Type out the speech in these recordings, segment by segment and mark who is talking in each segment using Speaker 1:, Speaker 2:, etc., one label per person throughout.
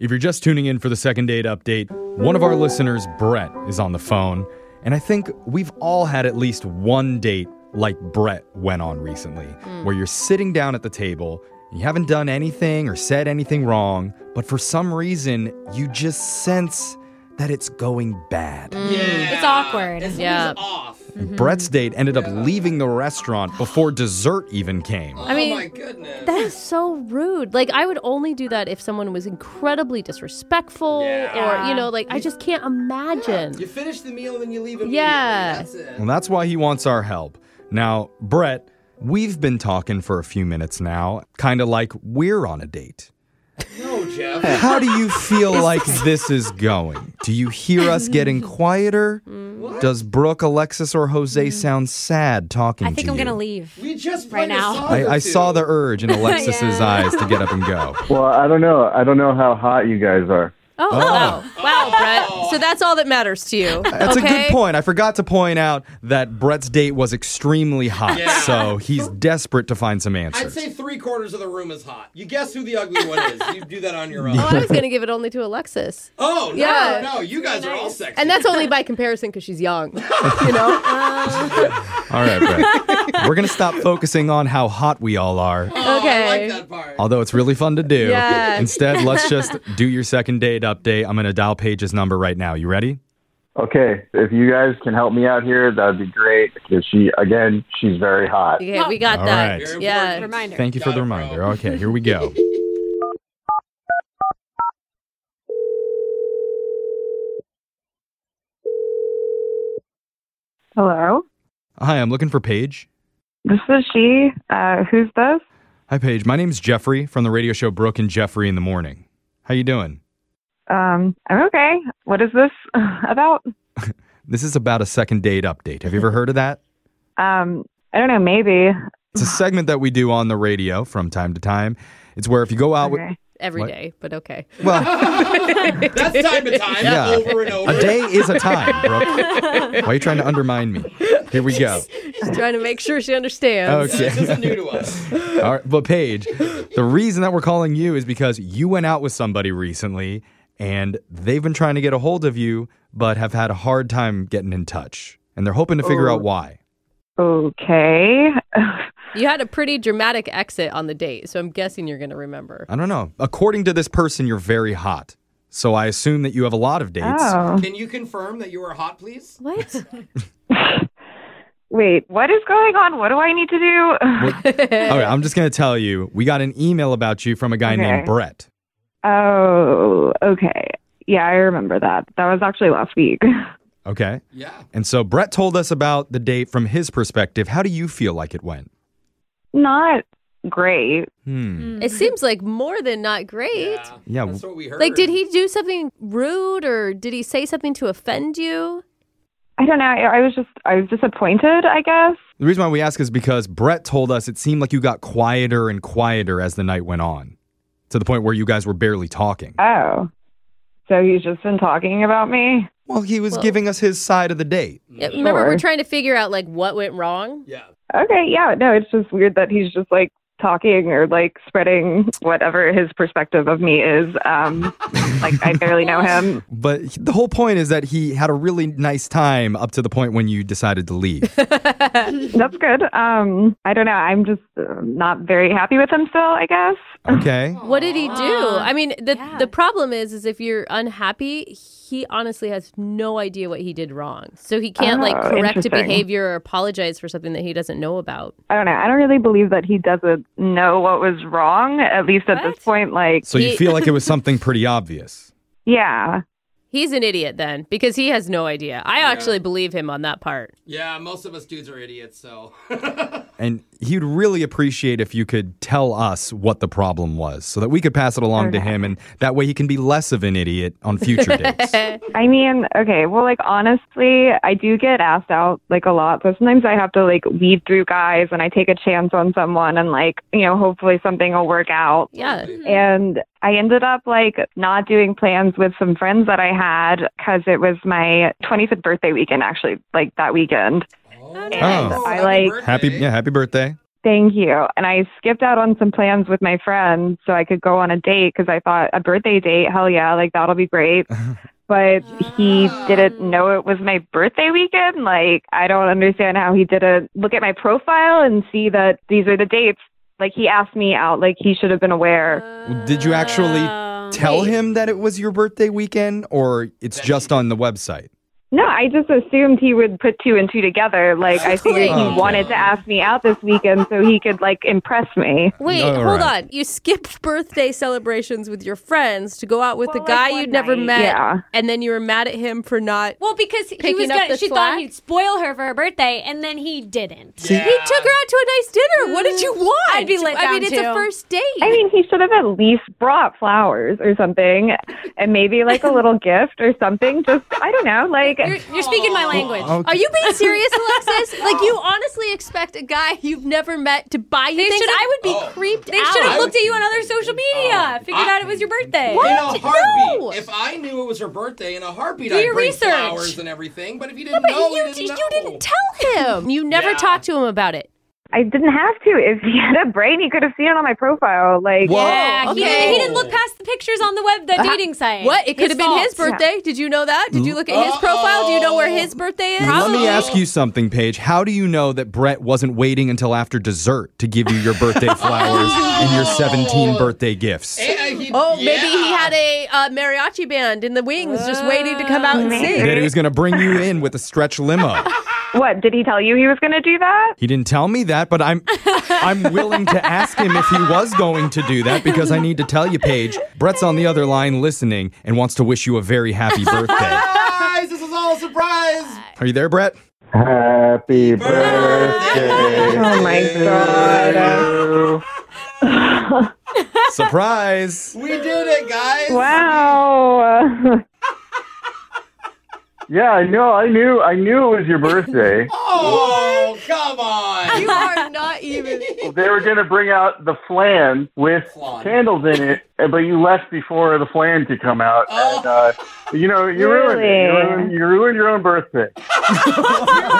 Speaker 1: If you're just tuning in for the second date update, one of our listeners, Brett, is on the phone. And I think we've all had at least one date like Brett went on recently, where you're sitting down at the table and you haven't done anything or said anything wrong, but for some reason, you just sense that it's going bad.
Speaker 2: It's awkward.
Speaker 3: Yeah.
Speaker 1: Brett's date ended up leaving the restaurant before dessert even came.
Speaker 2: I
Speaker 3: oh
Speaker 2: mean,
Speaker 3: goodness.
Speaker 2: that is so rude. Like, I would only do that if someone was incredibly disrespectful or, you know, like, I just can't imagine.
Speaker 3: You finish the meal and then you leave immediately.
Speaker 2: Yeah.
Speaker 3: That's it.
Speaker 1: Well, that's why he wants our help. Now, Brett, we've been talking for a few minutes now, kind of like we're on a date.
Speaker 3: No, Jeff.
Speaker 1: How do you feel like this is going? Do you hear us getting quieter? Does Brooke, Alexis, or Jose sound sad talking
Speaker 4: Mm. I think
Speaker 1: to
Speaker 4: I'm
Speaker 1: you?
Speaker 4: gonna leave.
Speaker 3: We just
Speaker 4: Right
Speaker 3: played a
Speaker 4: now.
Speaker 3: song
Speaker 1: I,
Speaker 3: or
Speaker 1: I saw
Speaker 3: two.
Speaker 1: the urge in Alexis's
Speaker 4: Yeah.
Speaker 1: eyes to get up and go.
Speaker 5: Well, I don't know. I don't know how hot you guys are.
Speaker 4: Oh, wow, wow,
Speaker 3: oh.
Speaker 4: Brett. So that's all that matters to you.
Speaker 1: That's a
Speaker 4: okay?
Speaker 1: good point. I forgot to point out that Brett's date was extremely hot,
Speaker 3: Yeah.
Speaker 1: so he's desperate to find some answers.
Speaker 3: I'd say three quarters of the room is hot. You guess who the ugly one is. You do that on your own.
Speaker 2: Oh, I was going to give it only to Alexis.
Speaker 3: Oh, no,
Speaker 2: Yeah.
Speaker 3: no. You guys are all sexy.
Speaker 2: And that's only by comparison because she's young, you know?
Speaker 1: All right, Brett. We're going to stop focusing on how hot we all are.
Speaker 3: oh, I
Speaker 2: okay.
Speaker 3: like that part.
Speaker 1: Although it's really fun to do.
Speaker 2: Yeah.
Speaker 1: Instead, let's just do your second date update. I'm going to dial Paige's number right now. You ready?
Speaker 5: Okay, if you guys can help me out here, that'd be great. Because she, again, she's very hot.
Speaker 4: Okay, we got
Speaker 1: All
Speaker 4: that.
Speaker 1: right.
Speaker 3: Very
Speaker 4: Yeah.
Speaker 3: important.
Speaker 4: Reminder.
Speaker 1: Thank you for
Speaker 3: Got
Speaker 1: the
Speaker 3: it,
Speaker 1: reminder.
Speaker 3: bro.
Speaker 1: Okay, here we go.
Speaker 6: Hello.
Speaker 1: Hi, I'm looking for Paige.
Speaker 6: This is she. Uh, who's this?
Speaker 1: Hi, Paige. My name's Jeffrey from the radio show Brooke and Jeffrey in the Morning. How you doing?
Speaker 6: Um, I'm okay. What is this about?
Speaker 1: This is about a second date update. Have you ever heard of that?
Speaker 6: Um, I don't know. Maybe.
Speaker 1: It's a segment that we do on the radio from time to time. It's where if you go out
Speaker 6: Okay.
Speaker 2: Every
Speaker 1: What?
Speaker 2: day, but okay.
Speaker 1: with well,
Speaker 3: That's time to time,
Speaker 1: Yeah.
Speaker 3: over and over.
Speaker 1: a day is a time, Brooke. Why are you trying to undermine me? Here we go.
Speaker 2: Just trying to make sure she understands.
Speaker 1: Okay.
Speaker 3: This isn't new to us.
Speaker 1: All right, but Paige, the reason that we're calling you is because you went out with somebody recently and they've been trying to get a hold of you, but have had a hard time getting in touch. And they're hoping to figure
Speaker 6: Oh.
Speaker 1: out why.
Speaker 6: Okay.
Speaker 2: You had a pretty dramatic exit on the date, so I'm guessing you're going to remember.
Speaker 1: I don't know. According to this person, you're very hot. So I assume that you have a lot of dates.
Speaker 6: Oh.
Speaker 3: Can you confirm that you are hot, please?
Speaker 2: What?
Speaker 6: Wait. What is going on? What do I need to do?
Speaker 1: All right, I'm just going to tell you we got an email about you from a guy
Speaker 6: Okay.
Speaker 1: named Brett.
Speaker 6: oh. Okay. Yeah, I remember that. That was actually last week.
Speaker 1: Okay.
Speaker 3: Yeah.
Speaker 1: And so Brett told us about the date from his perspective. How do you feel like it went?
Speaker 6: Not great.
Speaker 1: Hmm.
Speaker 2: it seems like more than not great.
Speaker 3: Yeah.
Speaker 1: Yeah,
Speaker 3: That's
Speaker 1: w-
Speaker 3: what we heard.
Speaker 2: Like, did he do something rude or did he say something to offend you?
Speaker 6: I don't know. I, I was just. I was disappointed. I guess.
Speaker 1: The reason why we ask is because Brett told us it seemed like you got quieter and quieter as the night went on, to the point where you guys were barely talking.
Speaker 6: Oh. So he's just been talking about me.
Speaker 1: Well, he was giving us his side of the date.
Speaker 2: Yeah, Remember, we're
Speaker 6: Mm. Sure.
Speaker 2: trying to figure out like what went wrong.
Speaker 3: Yeah.
Speaker 6: Okay, yeah, no, it's just weird that he's just like talking or like spreading whatever his perspective of me is. Um, like I barely know him.
Speaker 1: But he- the whole point is that he had a really nice time up to the point when you decided to leave.
Speaker 6: That's good. Um, I don't know. I'm just uh, not very happy with him still. I guess.
Speaker 1: Okay.
Speaker 2: What did he do?
Speaker 4: Aw.
Speaker 2: I mean, the
Speaker 4: Yeah.
Speaker 2: the problem is, is if you're unhappy, he honestly has no idea what he did wrong, so he can't like
Speaker 6: Oh,
Speaker 2: correct a
Speaker 6: interesting.
Speaker 2: behavior or apologize for something that he doesn't know about.
Speaker 6: I don't know. I don't really believe that he doesn't know what was wrong. At least at
Speaker 2: What?
Speaker 6: this point, like
Speaker 1: So you
Speaker 2: He-
Speaker 1: feel like it was something pretty obvious.
Speaker 6: yeah,
Speaker 2: He's an idiot then, because he has no idea. I actually believe him on that part.
Speaker 3: Yeah, most of us dudes are idiots, so.
Speaker 1: And he'd really appreciate if you could tell us what the problem was so that we could pass it along to him. And that way he can be less of an idiot on future dates.
Speaker 6: I mean, okay, well, like honestly, I do get asked out like a lot. So sometimes I have to like weed through guys, and I take a chance on someone, and like you know, hopefully something will work out.
Speaker 2: Yeah,
Speaker 6: and I ended up like not doing plans with some friends that I had because it was my 25th birthday weekend, actually, like that weekend.
Speaker 3: Oh,
Speaker 1: nice.
Speaker 3: happy
Speaker 6: I like-
Speaker 3: birthday.
Speaker 1: happy, yeah, happy birthday.
Speaker 6: Thank you. And I skipped out on some plans with my friends so I could go on a date because I thought a birthday date, hell yeah, like that'll be great. but he didn't know it was my birthday weekend. Like, I don't understand how he didn't look at my profile and see that these are the dates. Like, he asked me out, like, he should have been aware.
Speaker 1: Did you actually
Speaker 4: Uh,
Speaker 1: tell him that it was your birthday weekend or it's
Speaker 3: That
Speaker 1: just on the website?
Speaker 6: No, I just assumed he would put two and two together. Like, I figured
Speaker 1: Oh.
Speaker 6: he wanted to ask me out this weekend so he could, like, impress me.
Speaker 4: Wait,
Speaker 1: All
Speaker 4: hold
Speaker 1: right.
Speaker 4: on. You skipped birthday celebrations with your friends to go out with the
Speaker 6: Well, like
Speaker 4: guy
Speaker 6: one
Speaker 4: you'd never
Speaker 6: night,
Speaker 4: met,
Speaker 6: yeah.
Speaker 4: and then you were mad at him for not.
Speaker 7: Well, because he
Speaker 4: Picking
Speaker 7: was
Speaker 4: up
Speaker 7: gonna,
Speaker 4: the
Speaker 7: she
Speaker 4: slack?
Speaker 7: thought he'd spoil her for her birthday, and then he didn't.
Speaker 3: Yeah.
Speaker 4: He took her out to a nice dinner. What did you want?
Speaker 7: Mm. I'd be let
Speaker 4: I mean,
Speaker 7: down,
Speaker 4: it's a
Speaker 7: too.
Speaker 4: first date.
Speaker 6: I mean, he should have at least brought flowers or something, and maybe like a little gift or something. Just I don't know, like
Speaker 7: You're, you're speaking my language.
Speaker 1: Okay.
Speaker 4: Are you being serious, Alexis? like you honestly expect a guy you've never met to buy you
Speaker 7: They
Speaker 4: things?
Speaker 7: should-
Speaker 4: I would be
Speaker 3: Oh.
Speaker 4: creeped
Speaker 7: They
Speaker 4: out.
Speaker 7: should have
Speaker 3: I
Speaker 7: looked at you on
Speaker 1: Oh.
Speaker 7: other social media, figured
Speaker 3: I-
Speaker 7: out it was your birthday.
Speaker 3: In a heartbeat.
Speaker 4: No.
Speaker 3: If I knew it was her birthday, in a heartbeat,
Speaker 7: Do
Speaker 3: I'd
Speaker 7: your
Speaker 3: bring
Speaker 7: research.
Speaker 3: flowers and everything. But if you didn't know,
Speaker 4: you,
Speaker 3: you didn't know.
Speaker 4: you didn't tell him. You never
Speaker 3: Yeah.
Speaker 4: talked to him about it.
Speaker 6: I didn't have to. If he had a brain, he could have seen it on my profile. Like
Speaker 1: Whoa.
Speaker 7: Yeah, he,
Speaker 4: okay.
Speaker 7: didn't, he didn't look past the pictures on the web, the dating site.
Speaker 4: Uh-huh. What? It could have been his
Speaker 7: fault.
Speaker 4: birthday. Did you know that? Did you look at his profile? Do you know where his birthday is?
Speaker 1: Let me ask you something, Paige. How do you know that Brett wasn't waiting until after dessert to give you your birthday flowers and your 17 birthday gifts?
Speaker 3: Eh, he-
Speaker 4: Oh, maybe
Speaker 3: yeah.
Speaker 4: he had a uh, mariachi band in the wings, just waiting to come out and sing.
Speaker 1: That he was going to bring you in with a stretch limo.
Speaker 6: what? Did he tell you he was going to do that?
Speaker 1: He didn't tell me that, but I'm I'm willing to ask him if he was going to do that because I need to tell you, Paige. Brett's on the other line listening and wants to wish you a very happy birthday.
Speaker 3: Surprise! This is all a surprise.
Speaker 1: Are you there, Brett?
Speaker 5: Happy birthday.
Speaker 6: Oh my god!
Speaker 5: to
Speaker 1: Surprise!
Speaker 3: We did it, guys.
Speaker 6: Wow.
Speaker 5: you. Yeah, I know. I knew. I knew it was your birthday.
Speaker 3: Oh, come on.
Speaker 4: You are not even.
Speaker 5: they were gonna bring out the flan with
Speaker 3: Flan.
Speaker 5: candles in it, eh, but you left before the flan could come out. And, uh, you know, you ruined it. You
Speaker 6: Really?
Speaker 5: ruined, you ruined your own birthday.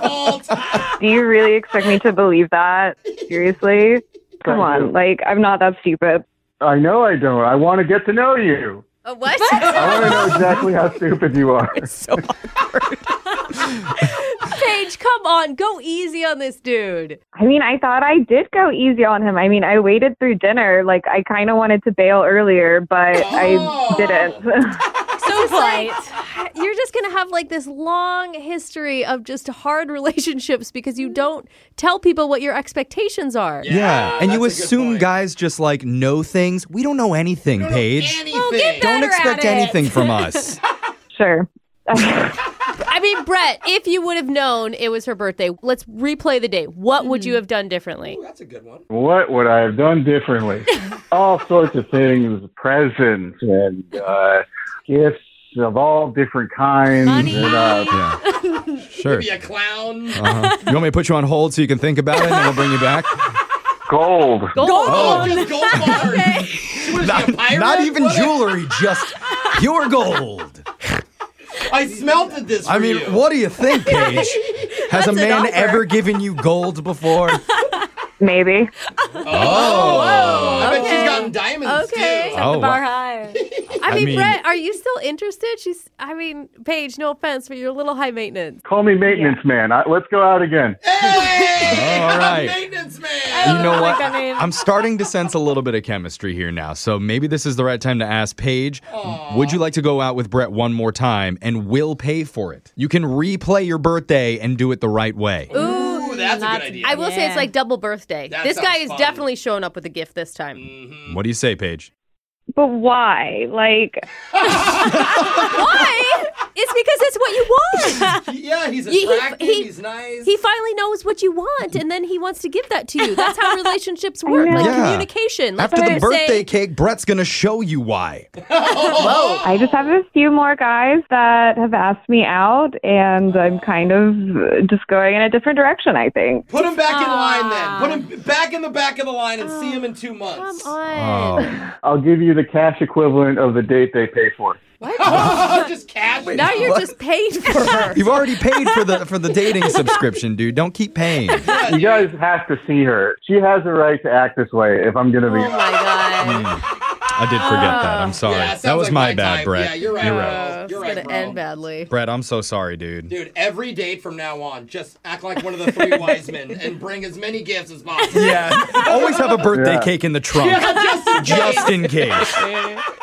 Speaker 3: Fault.
Speaker 6: Do you really expect me to believe that? Seriously? Come on, like I'm not that stupid.
Speaker 5: I know I don't. I want to get to know you.
Speaker 4: Uh, what?
Speaker 5: I want to know exactly how stupid you are.
Speaker 4: Paige, come on, go easy on this dude.
Speaker 6: I mean, I thought I did go easy on him. I mean, I waited through dinner. Like, I kind of wanted to bail earlier, but
Speaker 3: Oh.
Speaker 6: I didn't.
Speaker 7: So polite.
Speaker 4: You're just gonna have like this long history of just hard relationships because you don't tell people what your expectations are.
Speaker 1: Yeah, and you
Speaker 3: that's a good
Speaker 1: assume
Speaker 3: point.
Speaker 1: guys just like know things. We don't know anything, Paige.
Speaker 3: Anything.
Speaker 1: don't
Speaker 7: better at
Speaker 1: expect
Speaker 7: it.
Speaker 1: anything from us.
Speaker 6: sure.
Speaker 4: I mean, Brett, if you would have known it was her birthday, let's replay the day. What would you have done differently?
Speaker 3: Ooh, that's a good one.
Speaker 5: What would I have done differently? all sorts of things, presents and uh, gifts of all different kinds.
Speaker 7: Money.
Speaker 5: And, uh,
Speaker 1: yeah. Sure.
Speaker 3: Be a clown.
Speaker 1: Uh-huh. You want me to put you on hold so you can think about it and then we'll bring you back?
Speaker 5: gold.
Speaker 3: Oh, just gold bars. She was she, a pirate?
Speaker 1: Not even
Speaker 3: What a-
Speaker 1: jewelry, just pure gold.
Speaker 3: I smelted this. For
Speaker 1: I mean,
Speaker 3: you.
Speaker 1: what do you think, Paige? Has a man
Speaker 4: offer.
Speaker 1: ever given you gold before?
Speaker 6: Maybe.
Speaker 3: Oh, I bet
Speaker 4: okay.
Speaker 3: she's gotten diamonds
Speaker 4: Okay.
Speaker 3: too.
Speaker 1: Oh,
Speaker 7: the bar
Speaker 1: wow.
Speaker 7: high.
Speaker 4: I mean,
Speaker 1: mean-
Speaker 4: Brett, are you still interested? She's, I mean, Paige, no offense, but you're a little high maintenance.
Speaker 5: Call me maintenance man. I, let's go out again.
Speaker 3: Hey,
Speaker 1: Oh, All right.
Speaker 3: maintenance
Speaker 1: You
Speaker 3: man.
Speaker 1: know what?
Speaker 7: that name.
Speaker 1: I'm starting to sense a little bit of chemistry here now. So maybe this is the right time to ask Paige, would you like to go out with Brett one more time and we'll pay for it? You can replay your birthday and do it the right way.
Speaker 3: Ooh, that's a good idea.
Speaker 4: I will say it's
Speaker 7: Yeah.
Speaker 4: like double birthday.
Speaker 3: That
Speaker 4: this guy
Speaker 3: sounds
Speaker 4: is
Speaker 3: fun.
Speaker 4: definitely showing up with a gift this time.
Speaker 1: What do you say, Paige?
Speaker 6: But why? Like,
Speaker 4: Why? It's because it's what you want.
Speaker 3: yeah, he's
Speaker 4: He- he-
Speaker 3: attractive.
Speaker 4: he-
Speaker 3: he's nice.
Speaker 4: He finally knows what you want, and then he wants to give that to you. That's how relationships work, like
Speaker 1: Yeah.
Speaker 4: communication. Like
Speaker 1: After the
Speaker 4: when you
Speaker 1: birthday
Speaker 4: say-
Speaker 1: cake, Brett's going to show you why.
Speaker 6: I just have a few more guys that have asked me out, and I'm kind of just going in a different direction, I think.
Speaker 3: Put him back in line then. Put him back in the back of the line and see him in two months.
Speaker 4: Come Ah. on.
Speaker 1: Oh.
Speaker 5: I'll give you the cash equivalent of the date they pay for.
Speaker 3: just cash. it
Speaker 4: Now
Speaker 3: out.
Speaker 4: you're just paid for her.
Speaker 1: You've already paid for the for the dating subscription, dude. Don't keep paying.
Speaker 5: You guys have to see her. She has a right to act this way. If I'm gonna be,
Speaker 4: Oh my god.
Speaker 1: I did forget that. I'm sorry.
Speaker 3: Yeah, it
Speaker 1: that
Speaker 3: sounds
Speaker 1: was
Speaker 3: like
Speaker 1: my,
Speaker 3: my
Speaker 1: bad,
Speaker 3: time.
Speaker 1: Brett.
Speaker 3: Yeah, you're right,
Speaker 1: You're
Speaker 3: bro.
Speaker 1: right.
Speaker 4: Uh, it's
Speaker 3: You're
Speaker 4: gonna
Speaker 3: right, bro.
Speaker 4: end badly.
Speaker 1: Brett, I'm so sorry, dude.
Speaker 3: Dude, every date from now on, just act like one of the three wise men and bring as many gifts as possible.
Speaker 1: Yeah. Always have a birthday
Speaker 5: Yeah.
Speaker 1: cake in the trunk
Speaker 3: just in case.
Speaker 1: just in case.